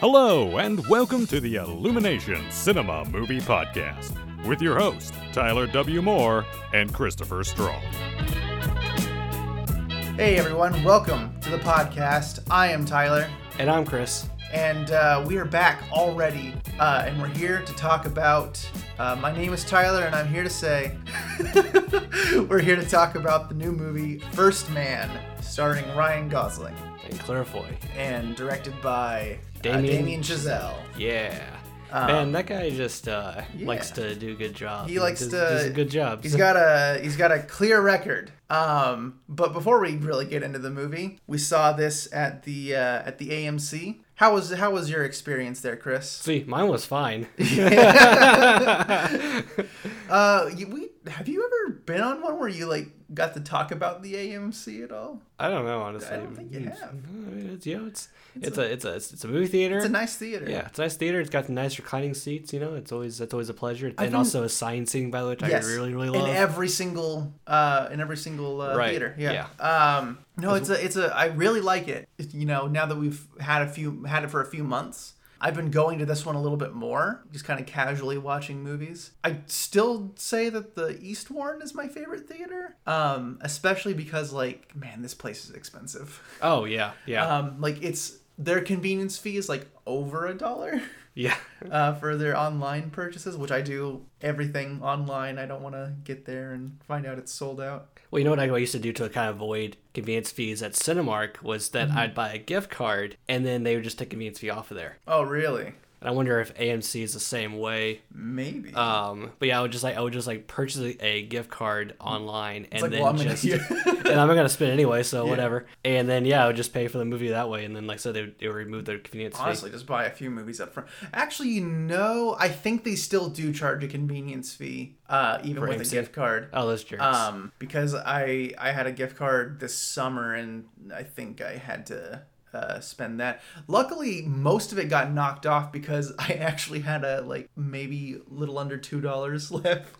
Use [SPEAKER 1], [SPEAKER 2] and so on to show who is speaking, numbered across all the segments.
[SPEAKER 1] Hello, and welcome to the Illumination Cinema Movie Podcast with your host, Tyler W. Moore and Christopher Strong.
[SPEAKER 2] Hey everyone, welcome to the podcast. I am Tyler,
[SPEAKER 3] And I'm Chris.
[SPEAKER 2] and uh, we are back already, uh, and we're here to talk about. Uh, my name is Tyler, and I'm here to say we're here to talk about the new movie First Man, starring Ryan Gosling
[SPEAKER 3] And Claire Foy.
[SPEAKER 2] and directed by uh,
[SPEAKER 3] Damien
[SPEAKER 2] Damien Chazelle.
[SPEAKER 3] Yeah. Man, that guy just uh,
[SPEAKER 2] Um, yeah.
[SPEAKER 3] likes to do a good job.
[SPEAKER 2] He likes
[SPEAKER 3] does,
[SPEAKER 2] to
[SPEAKER 3] does a good job.
[SPEAKER 2] He's got a he's got a clear record. Um, but before we really get into the movie, we saw this at the uh, at the AMC. How was how was your experience there, Chris?
[SPEAKER 3] See, mine was fine.
[SPEAKER 2] Uh, you, we have you ever been on one where you like got to talk about the AMC at all?
[SPEAKER 3] I don't know, honestly.
[SPEAKER 2] I don't think you
[SPEAKER 3] It's-
[SPEAKER 2] have.
[SPEAKER 3] I mean, it's you know, it's it's, a, it's a it's it's a movie theater.
[SPEAKER 2] It's a nice theater.
[SPEAKER 3] yeah, it's a nice theater. It's got nice reclining seats. You know, it's always that's always a pleasure. And
[SPEAKER 2] been-
[SPEAKER 3] also a science seating, by the way, which
[SPEAKER 2] Yes.
[SPEAKER 3] I really really love.
[SPEAKER 2] in every single uh in every single uh,
[SPEAKER 3] Right,
[SPEAKER 2] theater. Yeah. Um, no, it's a it's a I really like it. It's, You know, now that we've had a few had it for a few months. I've been going to this one a little bit more, just kind of casually watching movies. I still say that the East Warren is my favorite theater, um, especially because, like, man, this place is expensive.
[SPEAKER 3] oh yeah, yeah,
[SPEAKER 2] um, like it's their convenience fee is like over a dollar
[SPEAKER 3] yeah.
[SPEAKER 2] uh, for their online purchases which i do everything online i don't want to get there and find out it's sold out
[SPEAKER 3] Well, you know what I used to do to kind of avoid convenience fees at Cinemark was that
[SPEAKER 2] Mm-hmm.
[SPEAKER 3] I'd buy a gift card and then they would just take convenience fee off of there.
[SPEAKER 2] oh really
[SPEAKER 3] And I wonder if AMC is the same way.
[SPEAKER 2] maybe
[SPEAKER 3] Um, but yeah, I would just like I would just like purchase a gift card online and
[SPEAKER 2] like,
[SPEAKER 3] then
[SPEAKER 2] well, I'm gonna-
[SPEAKER 3] just
[SPEAKER 2] yeah.
[SPEAKER 3] and I'm gonna spend anyway, so whatever. And then yeah, I would just pay for the movie that way, and then like so they would, they would remove their convenience
[SPEAKER 2] honestly just buy a few movies up front actually you know i think they still do charge a convenience fee uh, even with
[SPEAKER 3] AMC?
[SPEAKER 2] a gift card
[SPEAKER 3] fee. Oh, those jerks.
[SPEAKER 2] um, because I I had a gift card this summer and I think I had to uh, spend that. Luckily, most of it got knocked off because I actually had a like maybe little under two dollars left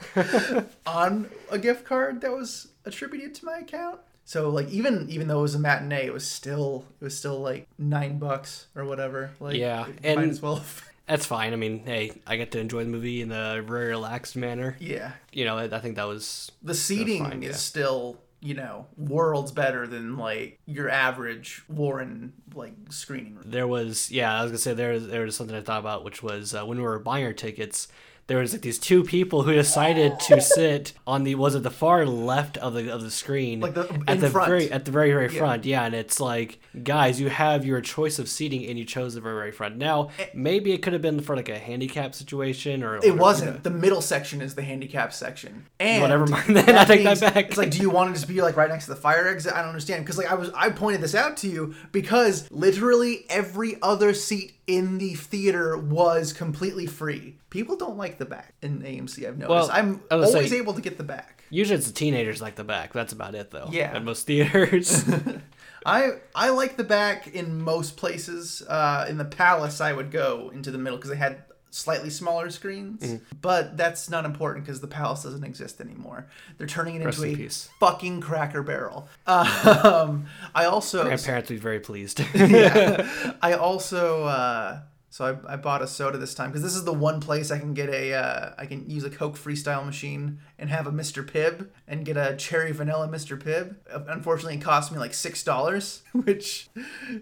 [SPEAKER 2] on a gift card that was attributed to my account. So like even even though it was a matinee, it was still it was still like nine bucks or whatever. Like
[SPEAKER 3] Yeah,
[SPEAKER 2] it
[SPEAKER 3] and-
[SPEAKER 2] might as well.
[SPEAKER 3] That's fine. I mean, hey, I get to enjoy the movie in a very relaxed manner.
[SPEAKER 2] yeah,
[SPEAKER 3] You know, I I think that was
[SPEAKER 2] the seating
[SPEAKER 3] fine,
[SPEAKER 2] is
[SPEAKER 3] yeah.
[SPEAKER 2] still you know worlds better than like your average Warren like screening room.
[SPEAKER 3] there was yeah i was gonna say there was, there was something i thought about which was uh, when we were buying our tickets there was like these two people who decided to sit on the was it the far left of the of the screen
[SPEAKER 2] Like the-
[SPEAKER 3] at
[SPEAKER 2] in
[SPEAKER 3] the
[SPEAKER 2] front.
[SPEAKER 3] very at the very very front yeah and it's like guys you have your choice of seating and you chose the very very front now maybe it could have been for like a handicap situation or
[SPEAKER 2] Eh. It wasn't. The middle section is the handicap section. And
[SPEAKER 3] Whatever, mind then, I take that
[SPEAKER 2] being-
[SPEAKER 3] back.
[SPEAKER 2] It's like, do you want to just be like right next to the fire exit? I don't understand because like I was I pointed this out to you because literally every other seat in the theater was completely free. People don't like the back in AMC. I've noticed.
[SPEAKER 3] Well,
[SPEAKER 2] I'm
[SPEAKER 3] I was
[SPEAKER 2] always
[SPEAKER 3] gonna say-
[SPEAKER 2] able to get the back.
[SPEAKER 3] usually it's the teenagers like the back that's about it though
[SPEAKER 2] Yeah.
[SPEAKER 3] at most theaters
[SPEAKER 2] I I like the back in most places. Uh, in the palace, I would go into the middle because they had slightly smaller screens.
[SPEAKER 3] Mm-hmm.
[SPEAKER 2] But that's not important because the palace doesn't exist anymore. They're turning it
[SPEAKER 3] Rest
[SPEAKER 2] into
[SPEAKER 3] in
[SPEAKER 2] a
[SPEAKER 3] peace.
[SPEAKER 2] fucking Cracker Barrel. Um, I also
[SPEAKER 3] my parents would be very pleased
[SPEAKER 2] I also uh, so I, I bought a soda this time because this is the one place I can get a uh, I can use a Coke freestyle machine and have a Mr. Pibb and get a cherry vanilla Mr. Pibb. Uh, Unfortunately, it cost me like six dollars, which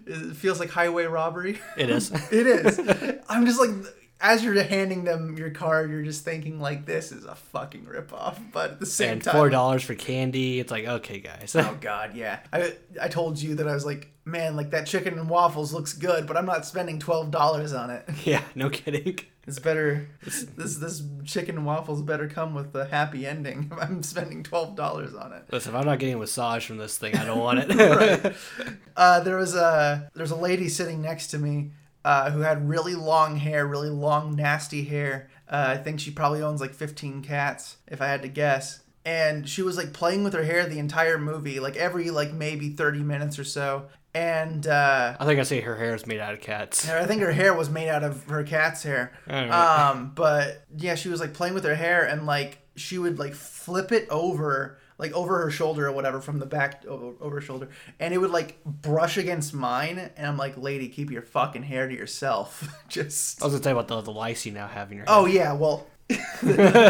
[SPEAKER 2] is, feels like highway robbery.
[SPEAKER 3] it is
[SPEAKER 2] it is. I'm just like. As you're handing them your card, you're just thinking like, "This is a fucking ripoff." But at the same
[SPEAKER 3] and
[SPEAKER 2] time,
[SPEAKER 3] four dollars for candy it's like okay guys
[SPEAKER 2] Oh God, yeah. I I told you that I was like, man, like that chicken and waffles looks good, but I'm not spending twelve dollars on it.
[SPEAKER 3] yeah no kidding
[SPEAKER 2] It's better. This this chicken and waffles better come with a happy ending. If I'm spending twelve dollars on it.
[SPEAKER 3] Listen, if I'm not getting a massage from this thing, I don't want it.
[SPEAKER 2] Uh, there was a there's a lady sitting next to me uh, who had really long hair, really long nasty hair. Uh, I think she probably owns like 15 cats, if I had to guess. And she was like playing with her hair the entire movie, like every like maybe 30 minutes or so. And uh,
[SPEAKER 3] I think I say her hair is made out of cats.
[SPEAKER 2] I think her hair was made out of her cat's hair.
[SPEAKER 3] Alright.
[SPEAKER 2] Um, but yeah, she was like playing with her hair and like she would like flip it over like over her shoulder or whatever from the back o- over her shoulder, and it would like brush against mine, and I'm like, lady, keep your fucking hair to yourself. Just
[SPEAKER 3] I was gonna tell you about the, the lice you now have in your
[SPEAKER 2] oh yeah, well.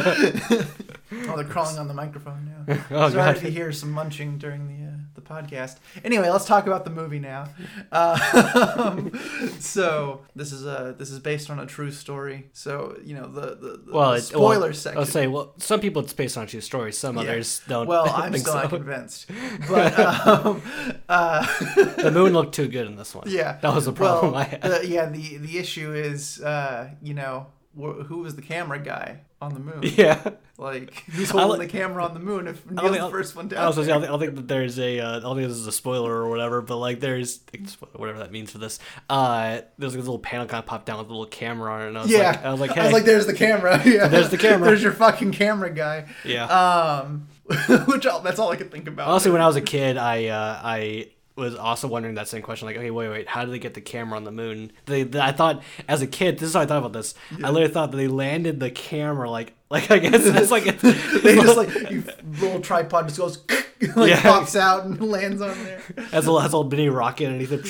[SPEAKER 2] oh, they're crawling on the microphone now.
[SPEAKER 3] Oh,
[SPEAKER 2] Sorry
[SPEAKER 3] God.
[SPEAKER 2] if you hear some munching during the uh, the podcast. Anyway, let's talk about the movie now. Uh, so this is uh this is based on a true story. So you know the the, the
[SPEAKER 3] Well,
[SPEAKER 2] the
[SPEAKER 3] it,
[SPEAKER 2] spoiler
[SPEAKER 3] well,
[SPEAKER 2] section.
[SPEAKER 3] I'll say, well, some people it's based on true stories. Some
[SPEAKER 2] Yeah.
[SPEAKER 3] others don't.
[SPEAKER 2] Well, I'm
[SPEAKER 3] think
[SPEAKER 2] still not
[SPEAKER 3] so.
[SPEAKER 2] convinced. But um, uh,
[SPEAKER 3] the moon looked too good in this one.
[SPEAKER 2] yeah,
[SPEAKER 3] that was a problem
[SPEAKER 2] Well,
[SPEAKER 3] I had.
[SPEAKER 2] the- yeah, the the issue is uh you know wh- who was the camera guy on the moon?
[SPEAKER 3] yeah.
[SPEAKER 2] Like who's
[SPEAKER 3] I
[SPEAKER 2] holding
[SPEAKER 3] li-
[SPEAKER 2] the camera on the moon? If
[SPEAKER 3] I don't
[SPEAKER 2] Neil's
[SPEAKER 3] think-
[SPEAKER 2] the first one down.
[SPEAKER 3] I also
[SPEAKER 2] there?
[SPEAKER 3] I don't think that there's a uh, I don't think this is a spoiler or whatever, but like there's whatever that means for this. Uh, there's like this little panel kind of popped down with a little camera on it, and I was
[SPEAKER 2] yeah,
[SPEAKER 3] like, I was like, hey,
[SPEAKER 2] there's the camera. Yeah,
[SPEAKER 3] There's the camera.
[SPEAKER 2] there's your fucking camera guy.
[SPEAKER 3] yeah.
[SPEAKER 2] Um, which all, that's all I could think about.
[SPEAKER 3] Honestly, when I was a kid, I uh, I was also wondering that same question. Like, okay, wait, wait, how did they get the camera on the moon? They, they- I thought as a kid, this is how I thought about this. I literally thought that they landed the camera like like I guess it's like
[SPEAKER 2] they just like you little tripod just goes like
[SPEAKER 3] Yeah.
[SPEAKER 2] pops out and lands on there.
[SPEAKER 3] as a little- has a little mini rocket underneath it.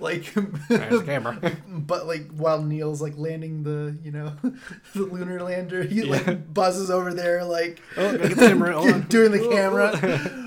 [SPEAKER 2] like,
[SPEAKER 3] There's the camera.
[SPEAKER 2] but like while Neil's like landing the you know the lunar lander, he like buzzes over there like
[SPEAKER 3] Oh, gotta get the camera on.
[SPEAKER 2] doing the camera.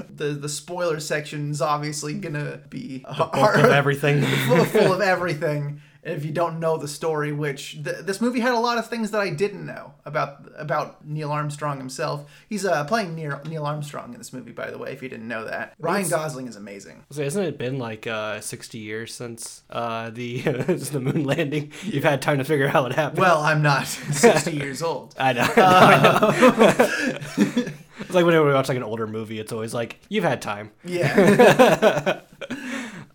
[SPEAKER 2] the the spoiler section is obviously gonna be
[SPEAKER 3] Bulk of everything.
[SPEAKER 2] full, full of everything. And if you don't know the story, which th- this movie had a lot of things that I didn't know about about Neil Armstrong himself. He's uh, playing Neil, Neil Armstrong in this movie, by the way. If you didn't know that, Ryan Gosling is amazing.
[SPEAKER 3] So hasn't it been like uh, 60 years since uh, the since the moon landing? You've had time to figure out how it happened.
[SPEAKER 2] Well, I'm not 60 years old.
[SPEAKER 3] I know. I know, I know. it's Uh, like whenever we watch like an older movie, it's always like you've had time.
[SPEAKER 2] Yeah,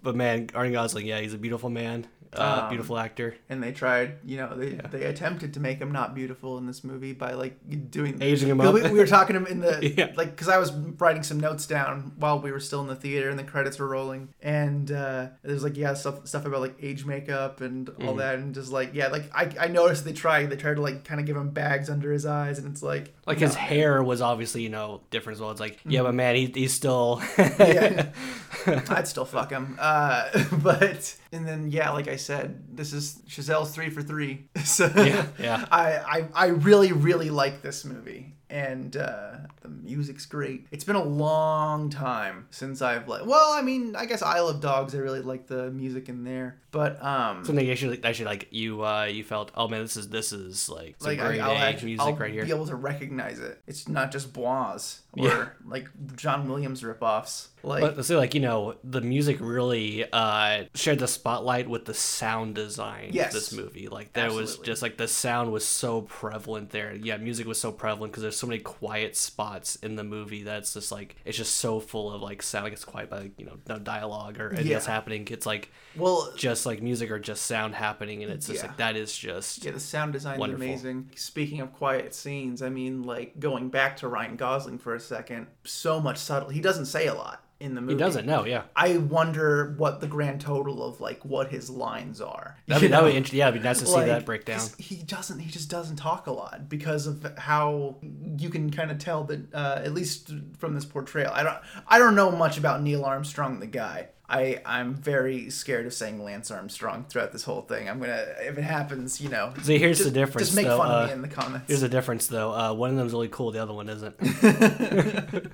[SPEAKER 3] But man, Arne Gosling, yeah, he's a beautiful man, uh,
[SPEAKER 2] Um,
[SPEAKER 3] beautiful actor.
[SPEAKER 2] and they tried, you know, they, they attempted to make him not beautiful in this movie by like doing
[SPEAKER 3] Aging him
[SPEAKER 2] We-
[SPEAKER 3] up.
[SPEAKER 2] We, we were talking in the
[SPEAKER 3] Yeah.
[SPEAKER 2] like because I was writing some notes down while we were still in the theater and the credits were rolling, and uh, there's like yeah stuff stuff about like age makeup and
[SPEAKER 3] Mm-hmm.
[SPEAKER 2] all that, and just like yeah like I, I noticed they tried they tried to like kind of give him bags under his eyes, and it's like Mm-hmm.
[SPEAKER 3] Like his hair was obviously you know different as well. It's like yeah, but man, he, he's still
[SPEAKER 2] yeah, I'd still fuck him. Uh, but and then yeah, like I said, this is Chazelle's three for three. So
[SPEAKER 3] Yeah, yeah.
[SPEAKER 2] I, I I really really like this movie, and uh, the music's great. It's been a long time since I've like. Well, I mean, I guess Isle of Dogs. I really like the music in there, but um.
[SPEAKER 3] something you should actually like you uh, you felt oh man, this is this is like some
[SPEAKER 2] like
[SPEAKER 3] great
[SPEAKER 2] I, will
[SPEAKER 3] age
[SPEAKER 2] actually,
[SPEAKER 3] music
[SPEAKER 2] I'll
[SPEAKER 3] right here.
[SPEAKER 2] be able to recognize it. It's not just Bois or
[SPEAKER 3] Yeah.
[SPEAKER 2] like John Williams ripoffs. Like
[SPEAKER 3] But say like you know the music really uh, shared the spotlight with the sound design
[SPEAKER 2] Yes.
[SPEAKER 3] of this movie. Like there
[SPEAKER 2] Absolutely.
[SPEAKER 3] was just like the sound was so prevalent there. Yeah, music was so prevalent because there's so many quiet spots in the movie that's just like it's just so full of like sound. Like it's quiet, but like, you know no dialogue or anything
[SPEAKER 2] Yeah.
[SPEAKER 3] else happening. It's like
[SPEAKER 2] well,
[SPEAKER 3] just like music or just sound happening, and it's just
[SPEAKER 2] Yeah.
[SPEAKER 3] like that is just
[SPEAKER 2] Yeah, the sound design is
[SPEAKER 3] Wonderful.
[SPEAKER 2] amazing. Speaking of quiet scenes, I mean, like going back to Ryan Gosling for a second, so much subtle. He doesn't say a lot in the movie.
[SPEAKER 3] he doesn't know. Yeah,
[SPEAKER 2] I wonder what the grand total of like what his lines are.
[SPEAKER 3] that'd be,
[SPEAKER 2] You
[SPEAKER 3] that'd be
[SPEAKER 2] know?
[SPEAKER 3] interesting. Yeah, it'd be nice to see
[SPEAKER 2] Like,
[SPEAKER 3] that breakdown.
[SPEAKER 2] he's- He doesn't. He just doesn't talk a lot because of how you can kind of tell that, uh, at least from this portrayal. I don't. I don't know much about Neil Armstrong, the guy. I I'm very scared of saying Lance Armstrong throughout this whole thing. I'm gonna if it happens, you know.
[SPEAKER 3] See, here's
[SPEAKER 2] just-
[SPEAKER 3] the difference,
[SPEAKER 2] Just make
[SPEAKER 3] though,
[SPEAKER 2] fun
[SPEAKER 3] uh,
[SPEAKER 2] of me in the comments.
[SPEAKER 3] Here's the difference, though. Uh, one of them's really cool. The other one isn't. one, of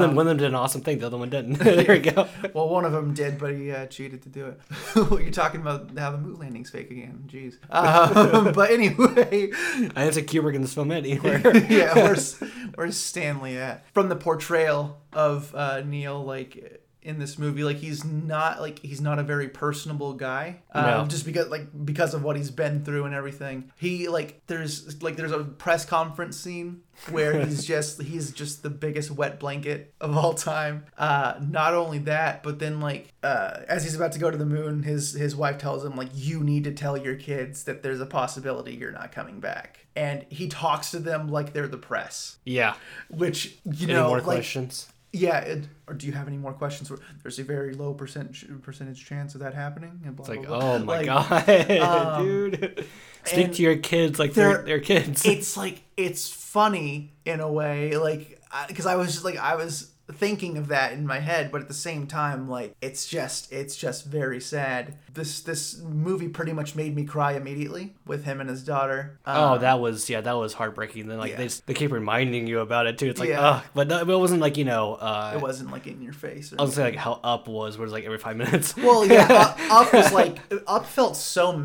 [SPEAKER 3] them, one of them did an awesome thing. The other one didn't. there we go.
[SPEAKER 2] Well, one of them did, but he uh, cheated to do it. You're talking about how the moon landing's fake again. Jeez. Um, but anyway,
[SPEAKER 3] I didn't say Kubrick in this film anywhere.
[SPEAKER 2] yeah, where's where's Stanley at? From the portrayal of uh, Neil, like in this movie, like he's not like he's not a very personable guy.
[SPEAKER 3] No.
[SPEAKER 2] Um, just because like because of what he's been through and everything. He like there's like there's a press conference scene where he's just he's just the biggest wet blanket of all time. Uh, not only that, but then like uh, as he's about to go to the moon, his his wife tells him like you need to tell your kids that there's a possibility you're not coming back, and he talks to them like they're the press,
[SPEAKER 3] yeah.
[SPEAKER 2] which you
[SPEAKER 3] Any
[SPEAKER 2] know
[SPEAKER 3] more
[SPEAKER 2] like
[SPEAKER 3] questions?
[SPEAKER 2] yeah. It, or do you have any more questions? Where there's a very low percentage percentage chance of that happening. And blah,
[SPEAKER 3] It's like,
[SPEAKER 2] blah, blah.
[SPEAKER 3] oh my
[SPEAKER 2] Like, um,
[SPEAKER 3] god, dude. Stick
[SPEAKER 2] and
[SPEAKER 3] to your kids like they're,
[SPEAKER 2] they're-
[SPEAKER 3] they're kids.
[SPEAKER 2] it's like it's funny in a way like because I, was just like i was thinking of that in my head but at the same time like it's just it's just very sad this this movie pretty much made me cry immediately with him and his daughter Uh,
[SPEAKER 3] oh, that was yeah, that was heartbreaking. Then like
[SPEAKER 2] um, yeah.
[SPEAKER 3] they s- they keep reminding you about it too. It's like,
[SPEAKER 2] Yeah.
[SPEAKER 3] ugh. But no, but it wasn't like you know. Uh,
[SPEAKER 2] it wasn't like in your face or
[SPEAKER 3] I was gonna say like how up was, where it's like every five minutes.
[SPEAKER 2] Well, yeah, U- Up was like Up felt so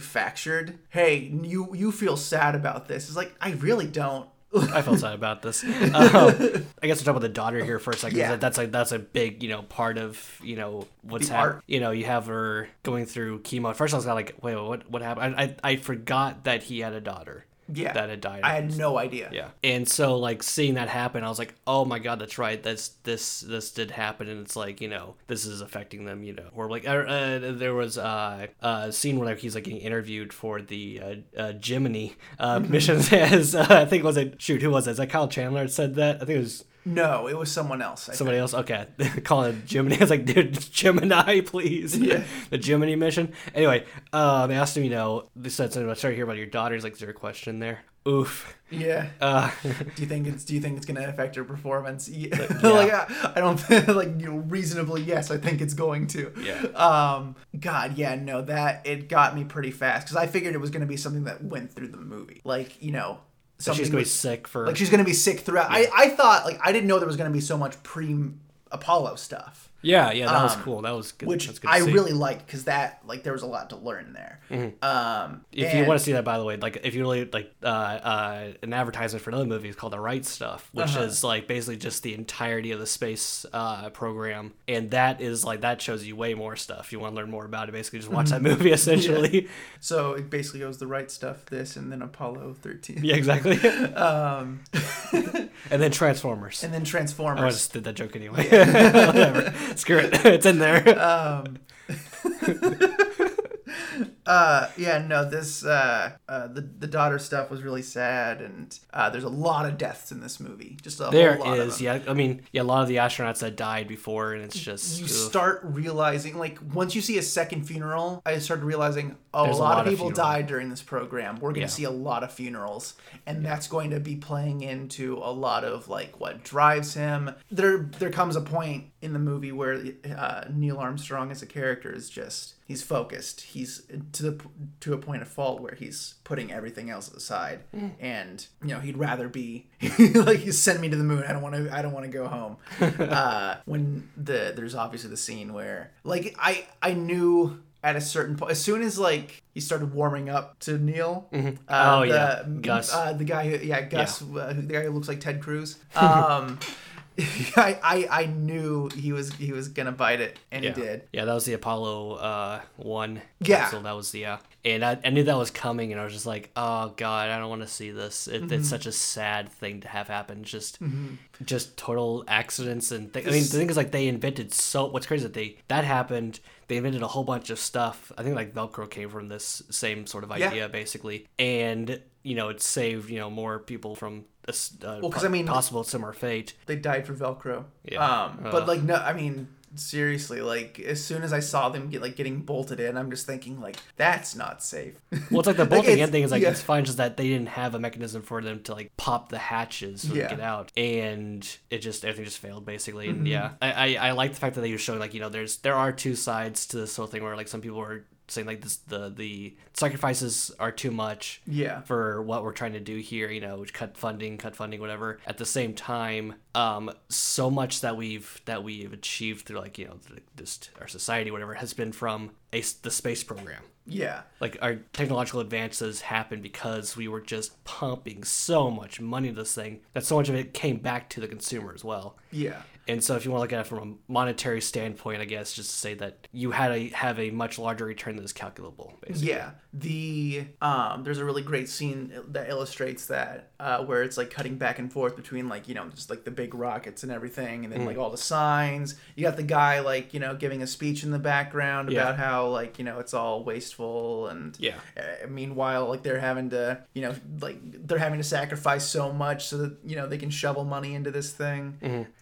[SPEAKER 2] manufactured. Hey, you you feel sad about this? It's like I really don't.
[SPEAKER 3] I felt sad about this. Um, I guess we'll talk about the daughter here for a second. 'cause
[SPEAKER 2] Yeah.
[SPEAKER 3] that- That's like that's a big, you know, part of you know what's
[SPEAKER 2] The
[SPEAKER 3] happening.
[SPEAKER 2] art.
[SPEAKER 3] You know, you have her going through chemo. At first, I was kinda like, wait, what what happened? I, I I forgot that he had a daughter.
[SPEAKER 2] Yeah,
[SPEAKER 3] that had died.
[SPEAKER 2] I had no idea.
[SPEAKER 3] yeah, and so like seeing that happen, I was like, oh my god, that's right. That's this this did happen, and it's like you know this is affecting them. You know, or like uh, uh, there was uh, uh, a scene where like, he's like getting interviewed for the uh, uh, Gemini uh, missions. As uh, I think was it shoot who was it? Is that Kyle Chandler that said that? I think it was.
[SPEAKER 2] No, it was someone else. I
[SPEAKER 3] Somebody else, okay, calling it Gemini. I was like, dude, Gemini, please. Yeah. the Gemini mission. Anyway, uh, they asked him, you know, they said something about, sorry to hear about your daughter. He's like, is there a question there? Oof.
[SPEAKER 2] think. Yeah.
[SPEAKER 3] Uh,
[SPEAKER 2] Do you think it's Do you think it's gonna affect your performance? Yeah. like I, I don't like you know, reasonably. Yes, I think it's going to.
[SPEAKER 3] Yeah.
[SPEAKER 2] Um. God. Yeah. No. That it got me pretty fast because I figured it was gonna be something that went through the movie. Like you know. Something
[SPEAKER 3] she's going to be
[SPEAKER 2] with-
[SPEAKER 3] sick for
[SPEAKER 2] like she's gonna be sick throughout. I I thought like I didn't know there was gonna be so much pre Apollo stuff,
[SPEAKER 3] Yeah, yeah, that was cool. That was good.
[SPEAKER 2] Um, which
[SPEAKER 3] that's good to
[SPEAKER 2] I
[SPEAKER 3] see. Mm-hmm.
[SPEAKER 2] really liked because that like there was a lot to learn there. Um,
[SPEAKER 3] If you want to see that, by the way, like if you really like uh, uh, an advertisement for another movie, it's called The Right Stuff, which
[SPEAKER 2] Uh-huh.
[SPEAKER 3] is like basically just the entirety of the space uh, program, and that is like that shows you way more stuff. You want to learn more about it, basically just watch
[SPEAKER 2] Mm-hmm.
[SPEAKER 3] that movie. Essentially,
[SPEAKER 2] to, so it basically goes the right stuff, this, and then Apollo thirteen,
[SPEAKER 3] yeah, exactly. Um, and then Transformers.
[SPEAKER 2] and then
[SPEAKER 3] I
[SPEAKER 2] Transformers.
[SPEAKER 3] just did that joke anyway. Whatever, screw it. it's in there.
[SPEAKER 2] Uh, yeah, no, this uh, uh, the the daughter stuff was really sad, and uh, there's a lot of deaths in this movie. Just a
[SPEAKER 3] There
[SPEAKER 2] whole lot of
[SPEAKER 3] is,
[SPEAKER 2] them.
[SPEAKER 3] yeah. I mean, yeah, a lot of the astronauts that died before, and it's just
[SPEAKER 2] you
[SPEAKER 3] ugh.
[SPEAKER 2] start realizing like once you see a second funeral i started realizing oh, a, lot
[SPEAKER 3] There's a lot
[SPEAKER 2] of
[SPEAKER 3] of
[SPEAKER 2] people
[SPEAKER 3] funerals.
[SPEAKER 2] died during this program we're going to
[SPEAKER 3] Yeah.
[SPEAKER 2] see a lot of funerals and that's going to be playing into a lot of like what drives him there there comes a point in the movie where uh, neil armstrong as a character is just he's focused he's to the to a point of fault where he's putting everything else aside and you know he'd rather be like you send me to the moon i don't want to i don't want to go home uh, when the there's obviously the scene where like I I knew at a certain point as soon as like he started warming up to Neil. Uh,
[SPEAKER 3] Oh,
[SPEAKER 2] the,
[SPEAKER 3] yeah. Gus.
[SPEAKER 2] Uh, the guy who yeah Gus Uh, who- the guy who looks like Ted Cruz. Um, I, I I knew he was he was gonna bite it and
[SPEAKER 3] yeah.
[SPEAKER 2] he did.
[SPEAKER 3] Yeah, that was the Apollo uh, one.
[SPEAKER 2] Yeah.
[SPEAKER 3] capsule. that was the yeah. And I, I knew that was coming, and I was just like, oh god, I don't want to see this. It,
[SPEAKER 2] Mm-hmm.
[SPEAKER 3] It's such a sad thing to have happen. Just, just total accidents and things. I mean, the thing is, like, they invented so. What's crazy is that they that happened. They invented a whole bunch of stuff. I think like Velcro came from this same sort of
[SPEAKER 2] Yeah.
[SPEAKER 3] idea, basically. And you know, it saved you know more people from. a s- Uh,
[SPEAKER 2] Well, 'cause I mean-
[SPEAKER 3] possible similar fate.
[SPEAKER 2] They died for Velcro.
[SPEAKER 3] Yeah.
[SPEAKER 2] Um, but
[SPEAKER 3] Ugh.
[SPEAKER 2] like no, I mean seriously, like as soon as I saw them get like getting bolted in, I'm just thinking like that's not safe.
[SPEAKER 3] Well, it's like the bolting
[SPEAKER 2] it's-
[SPEAKER 3] end thing is like
[SPEAKER 2] yeah.
[SPEAKER 3] it's fine, just that they didn't have a mechanism for them to like pop the hatches
[SPEAKER 2] Yeah.
[SPEAKER 3] so
[SPEAKER 2] Mm-hmm.
[SPEAKER 3] they get out, and it just everything just failed basically. And yeah, I, I I like the fact that they were showing like you know there's there are two sides to this whole thing where like some people are saying like this the the sacrifices are too much
[SPEAKER 2] yeah.
[SPEAKER 3] for what we're trying to do here you know cut funding cut funding whatever at the same time um so much that we've that we've achieved through like you know th- just our society whatever has been from a s the space program
[SPEAKER 2] Yeah.
[SPEAKER 3] like our technological advances happened because we were just pumping so much money into this thing that so much of it came back to the consumer as well.
[SPEAKER 2] Yeah.
[SPEAKER 3] And so, if you want to look at it from a monetary standpoint, I guess just to say that you had to have a much larger return that is calculable. Basically.
[SPEAKER 2] Yeah, the um, there's a really great scene that illustrates that, uh, where it's like cutting back and forth between like you know just like the big rockets and everything, and then
[SPEAKER 3] Mm.
[SPEAKER 2] like all the signs. You got the guy like you know giving a speech in the background
[SPEAKER 3] Yeah.
[SPEAKER 2] about how like you know it's all wasteful and
[SPEAKER 3] Yeah.
[SPEAKER 2] uh, meanwhile like they're having to you know like
[SPEAKER 3] Mm-hmm.
[SPEAKER 2] they're having to sacrifice so much so that you know they can shovel money into this thing,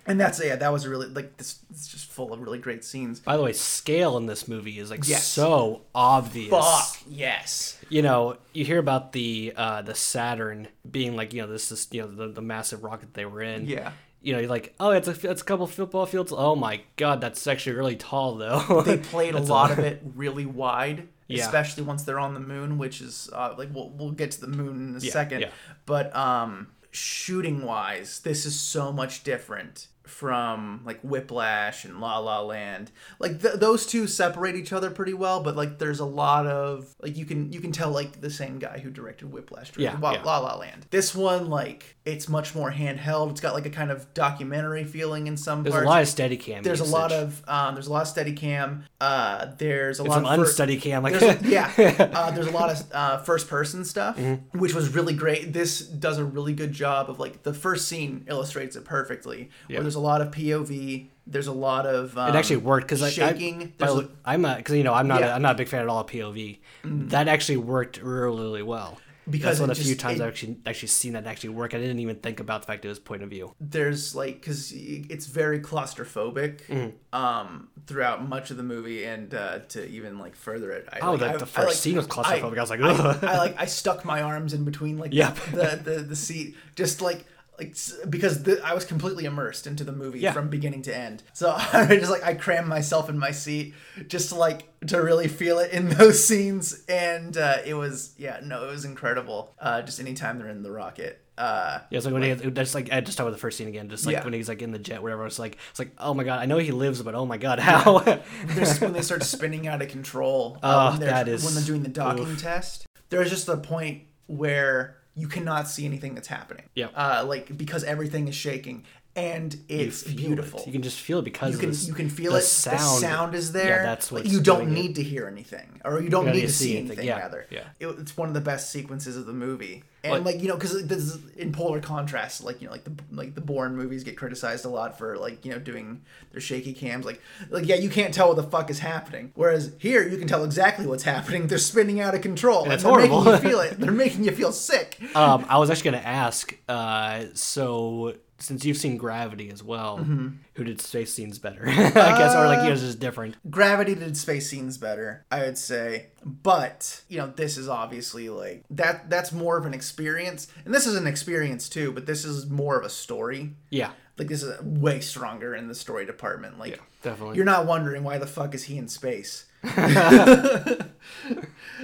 [SPEAKER 2] and that's yeah yeah, that was a really like this. It's just full of really great scenes.
[SPEAKER 3] By the way, scale in this movie is like
[SPEAKER 2] Yes.
[SPEAKER 3] so obvious.
[SPEAKER 2] Fuck yes.
[SPEAKER 3] You know, you hear about the uh, the Saturn being like, you know, this is you know the, the massive rocket they were in.
[SPEAKER 2] Yeah.
[SPEAKER 3] You know, you're like, oh, it's a it's a couple football fields. Oh my god, that's actually really tall though.
[SPEAKER 2] They played a
[SPEAKER 3] That's
[SPEAKER 2] lot of it really wide,
[SPEAKER 3] Yeah.
[SPEAKER 2] especially once they're on the moon, which is uh, like we'll we'll get to the moon in a second.
[SPEAKER 3] yeah.
[SPEAKER 2] But um, shooting wise, this is so much different from like Whiplash and La La Land. Like th- those two separate each other pretty well, but like there's a lot of like you can you can tell like the same guy who directed Whiplash directed
[SPEAKER 3] Yeah,
[SPEAKER 2] La,
[SPEAKER 3] yeah.
[SPEAKER 2] La La Land. This one like it's much more handheld. It's got like a kind of documentary feeling in some
[SPEAKER 3] There's a
[SPEAKER 2] parts
[SPEAKER 3] lot of steady cam.
[SPEAKER 2] there's a lot of um, there's a lot of steady cam uh, there's a
[SPEAKER 3] it's
[SPEAKER 2] lot
[SPEAKER 3] an
[SPEAKER 2] of fir-
[SPEAKER 3] unsteady cam. Like,
[SPEAKER 2] there's, yeah uh, there's a lot of uh, first person stuff
[SPEAKER 3] Mm-hmm.
[SPEAKER 2] which was really great this does a really good job of like the first scene illustrates it perfectly where there's a lot of pov there's a lot of um,
[SPEAKER 3] it actually worked because I,
[SPEAKER 2] shaking
[SPEAKER 3] I,
[SPEAKER 2] there's
[SPEAKER 3] but I'm not because you know I'm not
[SPEAKER 2] Yeah. Mm.
[SPEAKER 3] a, I'm not a big fan at all of POV. That actually worked really, really well.
[SPEAKER 2] Because
[SPEAKER 3] That's one
[SPEAKER 2] it
[SPEAKER 3] of the few
[SPEAKER 2] just-
[SPEAKER 3] times
[SPEAKER 2] it-
[SPEAKER 3] I've actually actually seen that actually work. I didn't even think about the fact it was point of view.
[SPEAKER 2] there's like because it's very claustrophobic
[SPEAKER 3] Mm.
[SPEAKER 2] um throughout much of the movie and uh to even like further it I,
[SPEAKER 3] Oh,
[SPEAKER 2] like,
[SPEAKER 3] the-
[SPEAKER 2] I-
[SPEAKER 3] the
[SPEAKER 2] I,
[SPEAKER 3] first
[SPEAKER 2] like-
[SPEAKER 3] scene was claustrophobic. I was like, "Ugh."
[SPEAKER 2] I, like i stuck my arms in between like
[SPEAKER 3] Yep.
[SPEAKER 2] the, the the seat just like like s- because the, i was completely immersed into the movie
[SPEAKER 3] Yeah.
[SPEAKER 2] from beginning to end so i just like i crammed myself in my seat just to like to really feel it in those scenes and uh it was yeah no it was incredible uh just anytime they're in the rocket uh
[SPEAKER 3] Yeah, it's like when he that's like I just talk about the first scene again. Just like
[SPEAKER 2] Yeah.
[SPEAKER 3] when he's like in the jet, whatever. It's like it's like oh my god, I know he lives, but oh my god, how?
[SPEAKER 2] There's when they start spinning out of control. uh,
[SPEAKER 3] Oh,
[SPEAKER 2] when they're,
[SPEAKER 3] that is-
[SPEAKER 2] when they're doing the docking test. There's just a point where you cannot see anything that's happening.
[SPEAKER 3] Yep.
[SPEAKER 2] Uh, like because everything is shaking and it's
[SPEAKER 3] Feel it.
[SPEAKER 2] beautiful.
[SPEAKER 3] You can just feel it because
[SPEAKER 2] You can,
[SPEAKER 3] of this-
[SPEAKER 2] you can feel
[SPEAKER 3] the
[SPEAKER 2] it.
[SPEAKER 3] Sound.
[SPEAKER 2] The sound is there.
[SPEAKER 3] Yeah, that's
[SPEAKER 2] Like,
[SPEAKER 3] what
[SPEAKER 2] you don't need to hear anything, or you don't
[SPEAKER 3] don't
[SPEAKER 2] need to
[SPEAKER 3] need to see
[SPEAKER 2] see
[SPEAKER 3] anything,
[SPEAKER 2] anything.
[SPEAKER 3] yeah,
[SPEAKER 2] Rather,
[SPEAKER 3] yeah.
[SPEAKER 2] It, it's one of the best sequences of the movie, and like you know, because this is in polar contrast. Like you know, like the like the Bourne movies get criticized a lot for like you know doing their shaky cams. Like like yeah, you can't tell what the fuck is happening. Whereas here, you can tell exactly what's happening. They're spinning out of control.
[SPEAKER 3] it's
[SPEAKER 2] they're Making
[SPEAKER 3] horrible.
[SPEAKER 2] you feel it. They're making you feel sick.
[SPEAKER 3] um, I was actually going to ask. Uh, so since you've seen Gravity as well,
[SPEAKER 2] Mm-hmm.
[SPEAKER 3] who did space scenes better? I guess, or like yours is different.
[SPEAKER 2] Gravity did space scenes better, I would say. But, you know, this is obviously like that that's more of an experience. And this is an experience too, but this is more of a story.
[SPEAKER 3] Yeah,
[SPEAKER 2] Like this is way stronger in the story department. Like
[SPEAKER 3] definitely.
[SPEAKER 2] you're not wondering why the fuck is he in space?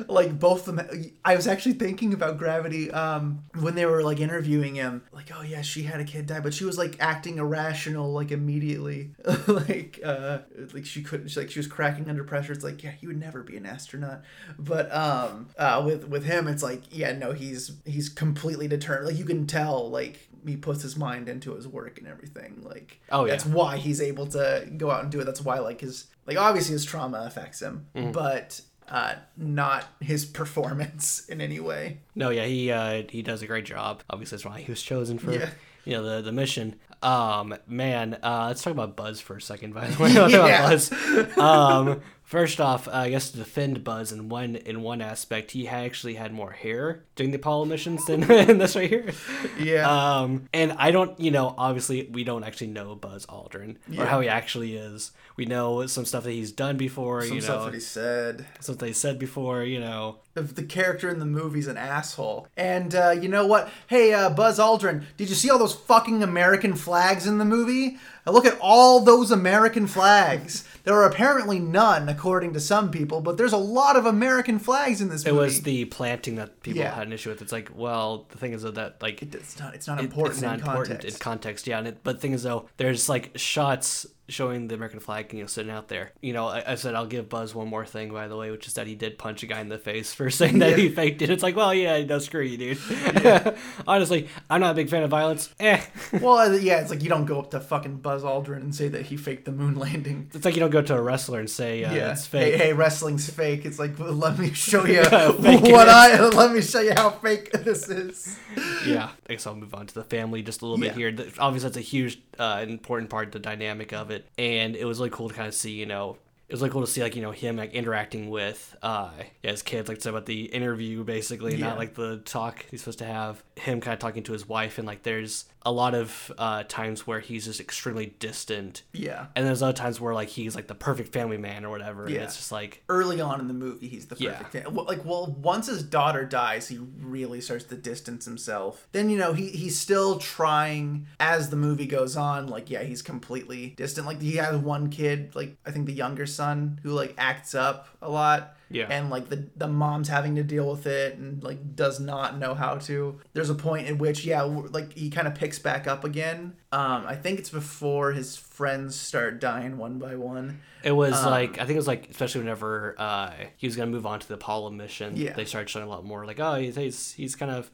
[SPEAKER 2] like both of them I was actually thinking about gravity um when they were like interviewing him like oh yeah she had a kid die but she was like acting irrational like immediately like uh like she couldn't she, like she was cracking under pressure it's like yeah you would never be an astronaut but um uh with with him it's like yeah no he's he's completely determined like you can tell like he puts his mind into his work and everything like
[SPEAKER 3] Oh, yeah.
[SPEAKER 2] that's why he's able to go out and do it. That's why like his like obviously his trauma affects him,
[SPEAKER 3] Mm-hmm.
[SPEAKER 2] but uh, not his performance in any way.
[SPEAKER 3] No, yeah, he uh, he does a great job. Obviously, that's why he was chosen for
[SPEAKER 2] Yeah.
[SPEAKER 3] you know the the mission. Um, man, uh, let's talk about Buzz for a second. By the way, Let's talk
[SPEAKER 2] Yeah.
[SPEAKER 3] about Buzz. Um, first off, I guess to defend Buzz in one in one aspect, he ha- actually had more hair during the Apollo missions than than this right here.
[SPEAKER 2] Yeah,
[SPEAKER 3] Um, and I don't, you know, obviously we don't actually know Buzz Aldrin or how he actually is. We know some stuff that he's done before,
[SPEAKER 2] some
[SPEAKER 3] you
[SPEAKER 2] stuff
[SPEAKER 3] know,
[SPEAKER 2] that he said.
[SPEAKER 3] stuff that he said before, you know.
[SPEAKER 2] If The character in the movie's an asshole, and uh, you know what? Hey, uh, Buzz Aldrin, did you see all those fucking American flags in the movie? Uh, Look at all those American flags. There are apparently none, according to some people, but there's a lot of American flags in this
[SPEAKER 3] It
[SPEAKER 2] movie.
[SPEAKER 3] was the planting that people
[SPEAKER 2] Yeah.
[SPEAKER 3] had an issue with. It's like, well, the thing is though that like
[SPEAKER 2] It's not. It's not important
[SPEAKER 3] it's not
[SPEAKER 2] in
[SPEAKER 3] important
[SPEAKER 2] context.
[SPEAKER 3] in context, yeah. And it, but the thing is though, there's like shots showing the American flag, you know, sitting out there. You know, I, I said I'll give Buzz one more thing, by the way, which is that he did punch a guy in the face for saying that he faked it. It's like, well, yeah, no, screw you, dude. Honestly, I'm not a big fan of violence. Eh.
[SPEAKER 2] Well, uh, yeah, it's like you don't go up to fucking Buzz Aldrin and say that he faked the moon landing.
[SPEAKER 3] It's like you don't go to a wrestler and say, uh,
[SPEAKER 2] yeah,
[SPEAKER 3] it's fake.
[SPEAKER 2] Hey, hey, wrestling's fake. It's like well, let me show you
[SPEAKER 3] fake it
[SPEAKER 2] what I let me show you how fake this is.
[SPEAKER 3] Yeah, I guess I'll move on to the family just a little
[SPEAKER 2] Yeah.
[SPEAKER 3] bit here. The- Obviously, that's a huge, uh, important part, the dynamic of it, and it was really cool to kind of see, you know, it was like cool to see like you know him like interacting with uh his kids like it's about the interview basically
[SPEAKER 2] Yeah.
[SPEAKER 3] not like the talk he's supposed to have him kind of talking to his wife and like there's a lot of uh times where he's just extremely distant
[SPEAKER 2] Yeah.
[SPEAKER 3] and there's other times where like he's like the perfect family man or whatever and
[SPEAKER 2] Yeah.
[SPEAKER 3] it's just like
[SPEAKER 2] Early on in the movie, he's the
[SPEAKER 3] Yeah.
[SPEAKER 2] perfect. Well, like, well, once his daughter dies, he really starts to distance himself. Then you know he he's still trying as the movie goes on. Like, yeah, he's completely distant. Like, he has one kid, like I think the younger son, who like acts up a lot.
[SPEAKER 3] Yeah.
[SPEAKER 2] And like the the mom's having to deal with it and like does not know how to. There's a point in which yeah, w- like he kind of picks back up again. Um, I think it's before his friends start dying one by one.
[SPEAKER 3] It was
[SPEAKER 2] Um,
[SPEAKER 3] like I think it was like especially whenever uh, he was gonna move on to the Apollo mission.
[SPEAKER 2] Yeah. Mm-hmm.
[SPEAKER 3] they started showing a lot more like oh he's he's, he's kind of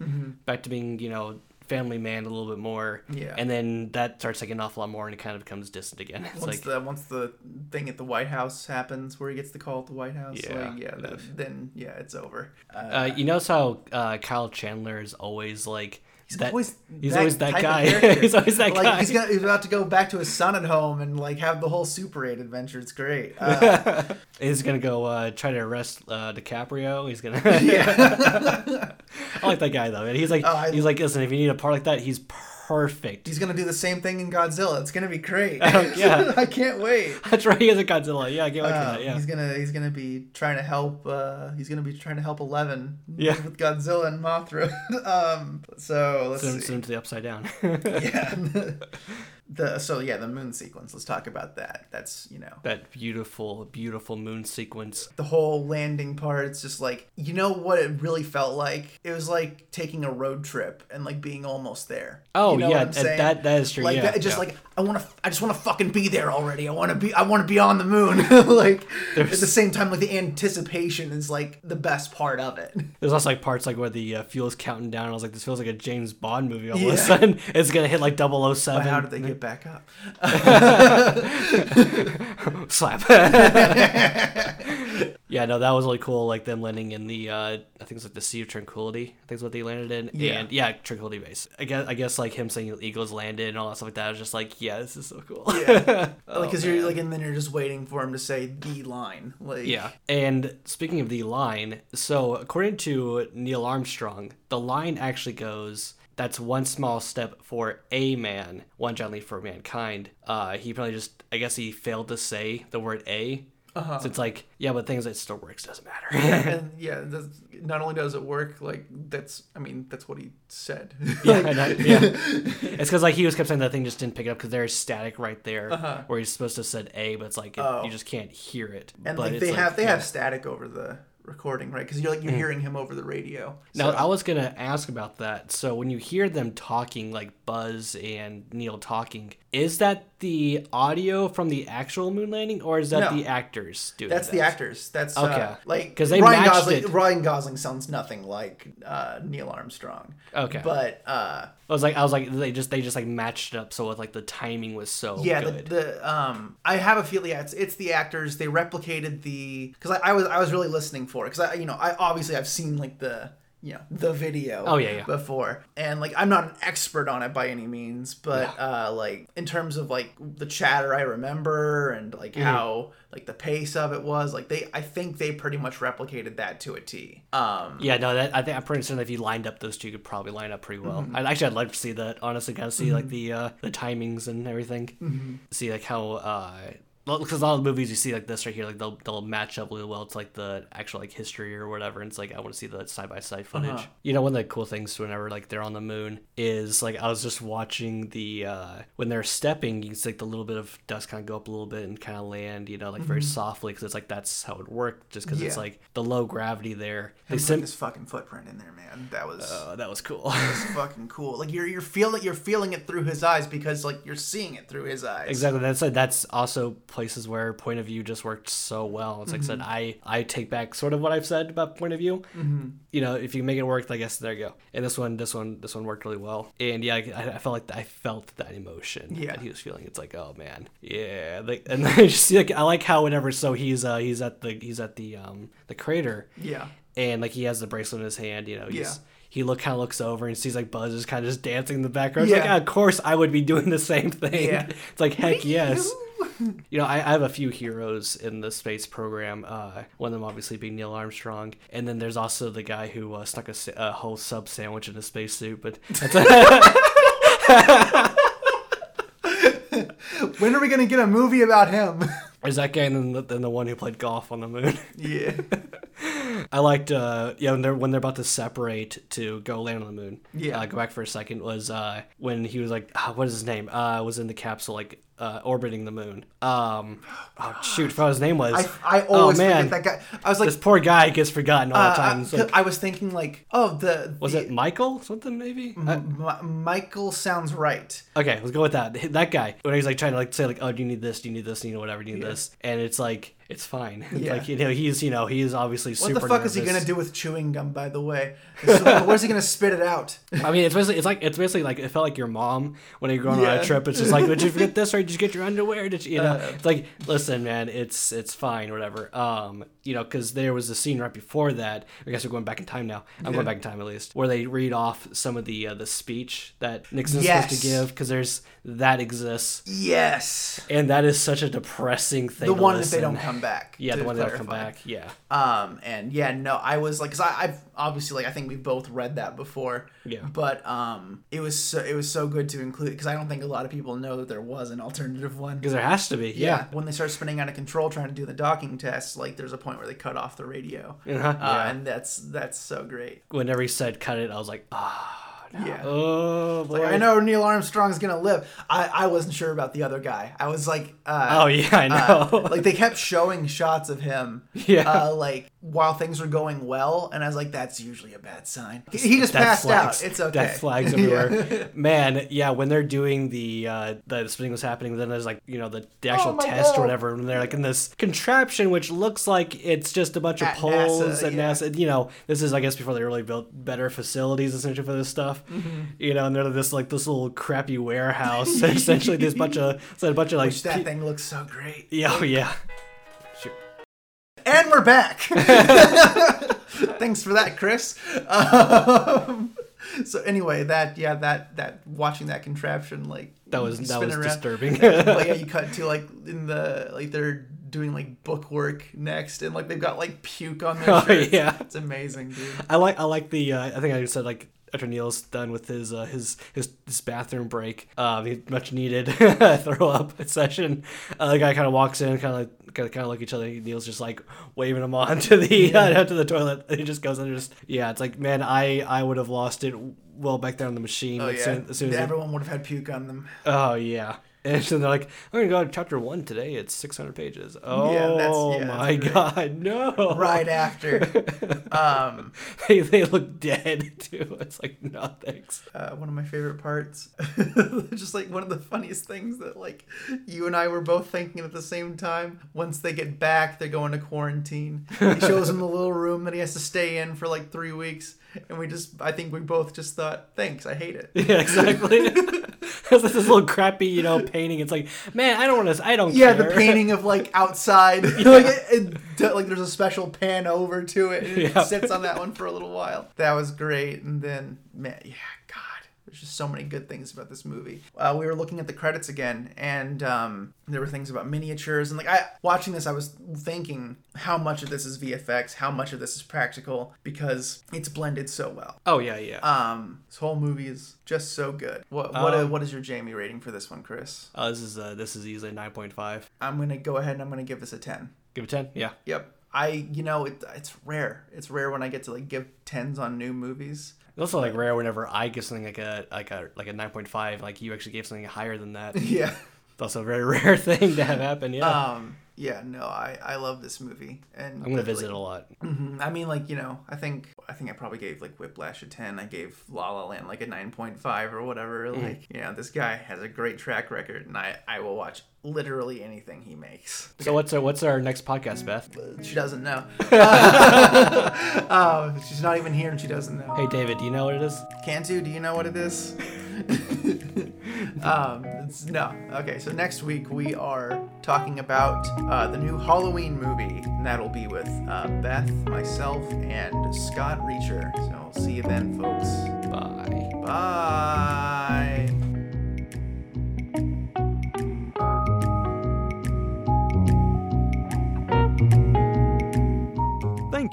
[SPEAKER 3] back to being you know family man a little bit more.
[SPEAKER 2] Yeah.
[SPEAKER 3] and then that starts taking an awful lot more and it kind of becomes distant again. It's
[SPEAKER 2] once
[SPEAKER 3] like
[SPEAKER 2] the once the thing at the White House happens, where he gets the call at the White House,
[SPEAKER 3] Yeah.
[SPEAKER 2] like, yeah, th- then yeah, it's over. Uh,
[SPEAKER 3] uh, you notice how uh, Kyle Chandler is always like he's
[SPEAKER 2] always
[SPEAKER 3] he's
[SPEAKER 2] that
[SPEAKER 3] always that
[SPEAKER 2] type of
[SPEAKER 3] guy.
[SPEAKER 2] character.
[SPEAKER 3] he's always that
[SPEAKER 2] like
[SPEAKER 3] guy.
[SPEAKER 2] he's, gonna, he's about to go back to his son at home and like have the whole Super Eight adventure. It's great. Uh,
[SPEAKER 3] He's gonna go uh, try to arrest uh, DiCaprio. He's gonna. I like that guy though, and he's like,
[SPEAKER 2] Oh, I-
[SPEAKER 3] he's like, listen, if you need a part like that, he's perfect.
[SPEAKER 2] he's gonna do the same thing in Godzilla. It's gonna be great.
[SPEAKER 3] yeah.
[SPEAKER 2] I can't wait.
[SPEAKER 3] That's right. He is a Godzilla. Yeah, I can't wait for
[SPEAKER 2] Uh,
[SPEAKER 3] that. Yeah.
[SPEAKER 2] He's gonna he's gonna be trying to help. Uh, he's gonna be trying to help Eleven
[SPEAKER 3] Yeah.
[SPEAKER 2] with Godzilla and Mothra. um, so let's
[SPEAKER 3] Send
[SPEAKER 2] see.
[SPEAKER 3] him, send him to the upside down.
[SPEAKER 2] yeah. the so yeah, the moon sequence. Let's talk about that. That's you know
[SPEAKER 3] that beautiful, beautiful moon sequence.
[SPEAKER 2] the whole landing part. It's just like you know what it really felt like. It was like taking a road trip and like being almost there.
[SPEAKER 3] Oh,
[SPEAKER 2] You know
[SPEAKER 3] yeah,
[SPEAKER 2] what I'm
[SPEAKER 3] that-
[SPEAKER 2] saying?
[SPEAKER 3] that- that is true,
[SPEAKER 2] Like
[SPEAKER 3] yeah,
[SPEAKER 2] that, just
[SPEAKER 3] yeah.
[SPEAKER 2] like I want to, I just want to fucking be there already. I want to be, I want to be on the moon. like at the same time, like the anticipation is like the best part of it.
[SPEAKER 3] There's also like parts like where the uh, fuel's counting down. I was like, this feels like a James Bond movie all of
[SPEAKER 2] Yeah.
[SPEAKER 3] a sudden. It's gonna hit like 007.
[SPEAKER 2] How did they get back up?
[SPEAKER 3] slap. yeah, no, that was really cool. Like them landing in the, uh, I think it's like the Sea of Tranquility. I think is what they landed in.
[SPEAKER 2] Yeah.
[SPEAKER 3] And yeah, Tranquility Base. I guess, I guess like him saying Eagles landed and all that stuff like that. I was just like, yeah, this is so cool. Oh,
[SPEAKER 2] like, cause you're like, and then you're just waiting for him to say the line. Like
[SPEAKER 3] Yeah. And speaking of the line, so according to Neil Armstrong, the line actually goes that's one small step for a man, one giant leap for mankind. Uh, he probably just, I guess he failed to say the word a. Uh-huh. So it's like, yeah, but things that still works doesn't matter.
[SPEAKER 2] and yeah, that's, not only does it work, like that's I mean that's what he said.
[SPEAKER 3] yeah, I know, yeah. It's because like he was kept saying that thing just didn't pick it up because there's static right there
[SPEAKER 2] Uh-huh.
[SPEAKER 3] where he's supposed to have said a, but it's like it, you just can't hear it.
[SPEAKER 2] Oh. and
[SPEAKER 3] but
[SPEAKER 2] like
[SPEAKER 3] it's
[SPEAKER 2] they
[SPEAKER 3] like- Hmm.
[SPEAKER 2] have they have static over the recording, right? Because you're like you're hearing him over the radio.
[SPEAKER 3] Now,
[SPEAKER 2] So-
[SPEAKER 3] I was going to ask about that. So, when you hear them talking, like Buzz and Neil talking, is that the audio from the actual moon landing or is that
[SPEAKER 2] No.
[SPEAKER 3] the actors doing
[SPEAKER 2] that's the actors. That's okay.
[SPEAKER 3] Okay.
[SPEAKER 2] like
[SPEAKER 3] 'Cause they
[SPEAKER 2] Ryan
[SPEAKER 3] matched
[SPEAKER 2] Gosling.
[SPEAKER 3] it.
[SPEAKER 2] Ryan Gosling sounds nothing like uh, Neil Armstrong.
[SPEAKER 3] Okay.
[SPEAKER 2] but uh,
[SPEAKER 3] I was like, I was like, they just, they just like matched it up. So, like, the timing was so
[SPEAKER 2] yeah, the,
[SPEAKER 3] good.
[SPEAKER 2] the um, I have a feeling yeah, it's it's the actors. They replicated the because I, I was I was really listening for it because I you know I obviously I've seen like the you know the video
[SPEAKER 3] Oh, yeah, yeah.
[SPEAKER 2] before and like I'm not an expert on it by any means but uh like in terms of like the chatter I remember and like
[SPEAKER 3] Mm-hmm.
[SPEAKER 2] how like the pace of it was like they I think they pretty much replicated that to a T um
[SPEAKER 3] yeah, no, that, I think I'm pretty certain if you lined up those two, you could probably line up pretty well. I'd, actually, I'd like to see that, honestly, kind of see like the uh, the timings and everything. See like how, uh, because a lot of the movies you see like this right here, like they'll they'll match up really well to like the actual like history or whatever. And it's like I want to see the side by side footage. You know, one of the cool things whenever like they're on the moon is like I was just watching the uh, when they're stepping, you see like the little bit of dust kind of go up a little bit and kind of land, you know, like very softly because it's like that's how it worked. Just because it's
[SPEAKER 2] Yeah.
[SPEAKER 3] like the low gravity there. They
[SPEAKER 2] they
[SPEAKER 3] sim-
[SPEAKER 2] sent this fucking footprint in there man that was
[SPEAKER 3] Oh, that was cool.
[SPEAKER 2] fucking cool. Like you're you're feeling you're feeling it through his eyes because like you're seeing it through his eyes.
[SPEAKER 3] exactly. That's that's also places where point of view just worked so well. It's like I said, I I take back sort of what I've said about point of view. You know, if you make it work, I guess there you go. And this one, this one, this one worked really well. And yeah, I, I felt like I felt that emotion
[SPEAKER 2] Yeah.
[SPEAKER 3] that he was feeling. It's like, oh man, yeah. Like, and I just see like I like how whenever so he's uh he's at the he's at the um the crater.
[SPEAKER 2] Yeah.
[SPEAKER 3] and like he has the bracelet in his hand. You know, he's,
[SPEAKER 2] Yeah.
[SPEAKER 3] he look kind of looks over and sees like Buzz is kind of just dancing in the background. It's
[SPEAKER 2] Yeah.
[SPEAKER 3] like, "Ah, of course I would be doing the same thing.
[SPEAKER 2] Yeah.
[SPEAKER 3] It's like heck yes. you know, I, I have a few heroes in the space program. Uh, one of them obviously being Neil Armstrong, and then there's also the guy who uh, stuck a, sa- a whole sub sandwich in a spacesuit. But
[SPEAKER 2] When are we gonna get a movie about him?
[SPEAKER 3] there's that guy, and then the, then the one who played golf on the moon.
[SPEAKER 2] yeah.
[SPEAKER 3] I liked, uh, yeah, when they're when they're about to separate to go land on the moon.
[SPEAKER 2] Yeah.
[SPEAKER 3] uh, go back for a second. Was uh, when he was like, ah, what is his name? Uh, was in the capsule like uh, orbiting the moon. Um, oh shoot, I forgot what his name was.
[SPEAKER 2] I, I always
[SPEAKER 3] oh man,
[SPEAKER 2] forget that guy. I was like,
[SPEAKER 3] this poor guy gets forgotten all
[SPEAKER 2] uh,
[SPEAKER 3] the time.
[SPEAKER 2] I,
[SPEAKER 3] It's like,
[SPEAKER 2] I was thinking like, oh, the
[SPEAKER 3] was
[SPEAKER 2] the,
[SPEAKER 3] it Michael something maybe?
[SPEAKER 2] Mm-hmm.
[SPEAKER 3] I-
[SPEAKER 2] M- Michael sounds right.
[SPEAKER 3] Okay, let's go with that. That guy when he's like trying to like say like, oh, do you need this? Do you need this? Do you need whatever? Do you need this? And it's like it's fine. It's
[SPEAKER 2] Yeah.
[SPEAKER 3] Like you know he's you know he is obviously
[SPEAKER 2] What
[SPEAKER 3] super.
[SPEAKER 2] the fuck is he
[SPEAKER 3] nervous.
[SPEAKER 2] gonna do with chewing gum? By the way, where's he gonna spit it out?
[SPEAKER 3] I mean, it's basically it's like it's basically like it felt like your mom when you're going on
[SPEAKER 2] Yeah.
[SPEAKER 3] a trip. It's just like, did you forget this or did you get your underwear? Did you, you know? it's like, listen, man, it's it's fine, whatever. Um, you know, because there was a scene right before that. I guess we're going back in time now. I'm going back in time at least, where they read off some of the uh, the speech that Nixon's
[SPEAKER 2] Yes.
[SPEAKER 3] supposed to give because there's that exists,
[SPEAKER 2] Yes,
[SPEAKER 3] and that is such a depressing thing.
[SPEAKER 2] the
[SPEAKER 3] to
[SPEAKER 2] one if
[SPEAKER 3] listen.
[SPEAKER 2] they don't come back.
[SPEAKER 3] Yeah, the
[SPEAKER 2] to
[SPEAKER 3] one that will come
[SPEAKER 2] clarify.
[SPEAKER 3] back. Yeah,
[SPEAKER 2] Um, and yeah, no, I was like, cause I, I've obviously like I think we've both read that before.
[SPEAKER 3] Yeah.
[SPEAKER 2] But um, it was so it was so good to include because I don't think a lot of people know that there was an alternative one.
[SPEAKER 3] because there has to be.
[SPEAKER 2] Yeah.
[SPEAKER 3] Yeah.
[SPEAKER 2] When they start spinning out of control trying to do the docking test, like there's a point where they cut off the radio.
[SPEAKER 3] Uh-huh,
[SPEAKER 2] Uh,
[SPEAKER 3] yeah.
[SPEAKER 2] And that's that's so great.
[SPEAKER 3] Whenever he said cut it, I was like, ah.
[SPEAKER 2] Yeah.
[SPEAKER 3] Oh boy!
[SPEAKER 2] I know Neil Armstrong's gonna live. I, I wasn't sure about the other guy. I was like, uh,
[SPEAKER 3] Oh yeah, I know.
[SPEAKER 2] uh, like they kept showing shots of him,
[SPEAKER 3] Yeah.
[SPEAKER 2] uh, like while things were going well, and I was like, that's usually a bad sign. He, he just
[SPEAKER 3] Death
[SPEAKER 2] passed
[SPEAKER 3] flags.
[SPEAKER 2] out. It's okay.
[SPEAKER 3] Death flags everywhere. Man, yeah, when they're doing the uh the spinning was happening, then there's like, you know, the, the actual
[SPEAKER 2] Oh my
[SPEAKER 3] test
[SPEAKER 2] God.
[SPEAKER 3] or whatever, and they're like in this contraption which looks like it's just a bunch
[SPEAKER 2] At
[SPEAKER 3] of poles
[SPEAKER 2] NASA,
[SPEAKER 3] and
[SPEAKER 2] yeah.
[SPEAKER 3] NASA you know, this is I guess before they really built better facilities essentially for this stuff.
[SPEAKER 2] Mm-hmm.
[SPEAKER 3] You know, and they're this like this little crappy warehouse. essentially this bunch of it's a bunch of like
[SPEAKER 2] Which that
[SPEAKER 3] pe-
[SPEAKER 2] thing looks so great.
[SPEAKER 3] Yeah, oh, yeah. Sure.
[SPEAKER 2] And we're back. Thanks for that, Chris. Um, so anyway, that yeah, that that watching that contraption like
[SPEAKER 3] That was that
[SPEAKER 2] spin
[SPEAKER 3] was
[SPEAKER 2] around.
[SPEAKER 3] disturbing.
[SPEAKER 2] Like, yeah, you cut to like in the like they're doing like book work next, and like they've got like puke on their
[SPEAKER 3] Oh,
[SPEAKER 2] shirts.
[SPEAKER 3] yeah.
[SPEAKER 2] it's amazing, dude.
[SPEAKER 3] I like I like the uh, I think I said like after Neil's done with his uh, his, his his bathroom break, um, he much needed throw up session. Uh, the guy kind of walks in, kind of like kind of look at each other. Neil's just like waving him on to the uh, to the toilet. He just goes in and just yeah. It's like man, I I would have lost it well back there on the machine.
[SPEAKER 2] Oh
[SPEAKER 3] as
[SPEAKER 2] yeah,
[SPEAKER 3] soon- as soon as it-
[SPEAKER 2] everyone would have had puke on them.
[SPEAKER 3] oh yeah. And so they're like, I'm gonna go to chapter one today. It's 600 pages. Oh
[SPEAKER 2] that's- yeah, that's
[SPEAKER 3] my
[SPEAKER 2] great.
[SPEAKER 3] god, no!
[SPEAKER 2] Right after, um,
[SPEAKER 3] they, they look dead too. It's like no thanks.
[SPEAKER 2] uh, one of my favorite parts, just like one of the funniest things that like you and I were both thinking at the same time. Once they get back, they're going to quarantine. He shows him the little room that he has to stay in for like three weeks, and we just, I think we both just thought, thanks, I hate it.
[SPEAKER 3] Yeah, exactly. it's like this little crappy, you know, painting. It's like, man, I don't want to. I don't.
[SPEAKER 2] Yeah,
[SPEAKER 3] care.
[SPEAKER 2] the painting of like outside, like it, it, d- like there's a special pan over to it. And
[SPEAKER 3] Yeah.
[SPEAKER 2] It sits on that one for a little while. That was great. And then, man, yeah, God, there's just so many good things about this movie. Uh, we were looking at the credits again, and um, there were things about miniatures and like I watching this, I was thinking how much of this is VFX, how much of this is practical, because it's blended so well.
[SPEAKER 3] Oh yeah, yeah.
[SPEAKER 2] Um, this whole movie is just so good. What what, uh, what is your Jamie rating for this one, Chris?
[SPEAKER 3] Uh, this is uh, this is easily nine point five.
[SPEAKER 2] I'm gonna go ahead and I'm gonna give this a ten.
[SPEAKER 3] Give it ten. Yeah.
[SPEAKER 2] Yep. I you know it, it's rare. It's rare when I get to like give tens on new movies.
[SPEAKER 3] It's also like rare whenever I give something like a like a like a nine point five. Like you actually gave something higher than that. it's
[SPEAKER 2] Yeah.
[SPEAKER 3] also a very rare thing to have happen. Yeah.
[SPEAKER 2] Um. Yeah. No. I I love this movie. And
[SPEAKER 3] I'm gonna visit a lot.
[SPEAKER 2] Mhm. I mean, like you know, I think I think I probably gave like Whiplash a ten. I gave La La Land like a nine point five or whatever.
[SPEAKER 3] Mm-hmm.
[SPEAKER 2] Like you know, this guy has a great track record, and I I will watch literally anything he makes.
[SPEAKER 3] So what's our what's our next podcast, Beth?
[SPEAKER 2] She doesn't know. um, she's not even here, and she doesn't know.
[SPEAKER 3] Hey David, do you know what it is?
[SPEAKER 2] Cantu, do you know what it is? um, it's, no. Okay, so next week we are talking about uh, the new Halloween movie, and that'll be with uh, Beth, myself, and Scott Reacher. So see you then, folks.
[SPEAKER 3] Bye.
[SPEAKER 2] Bye.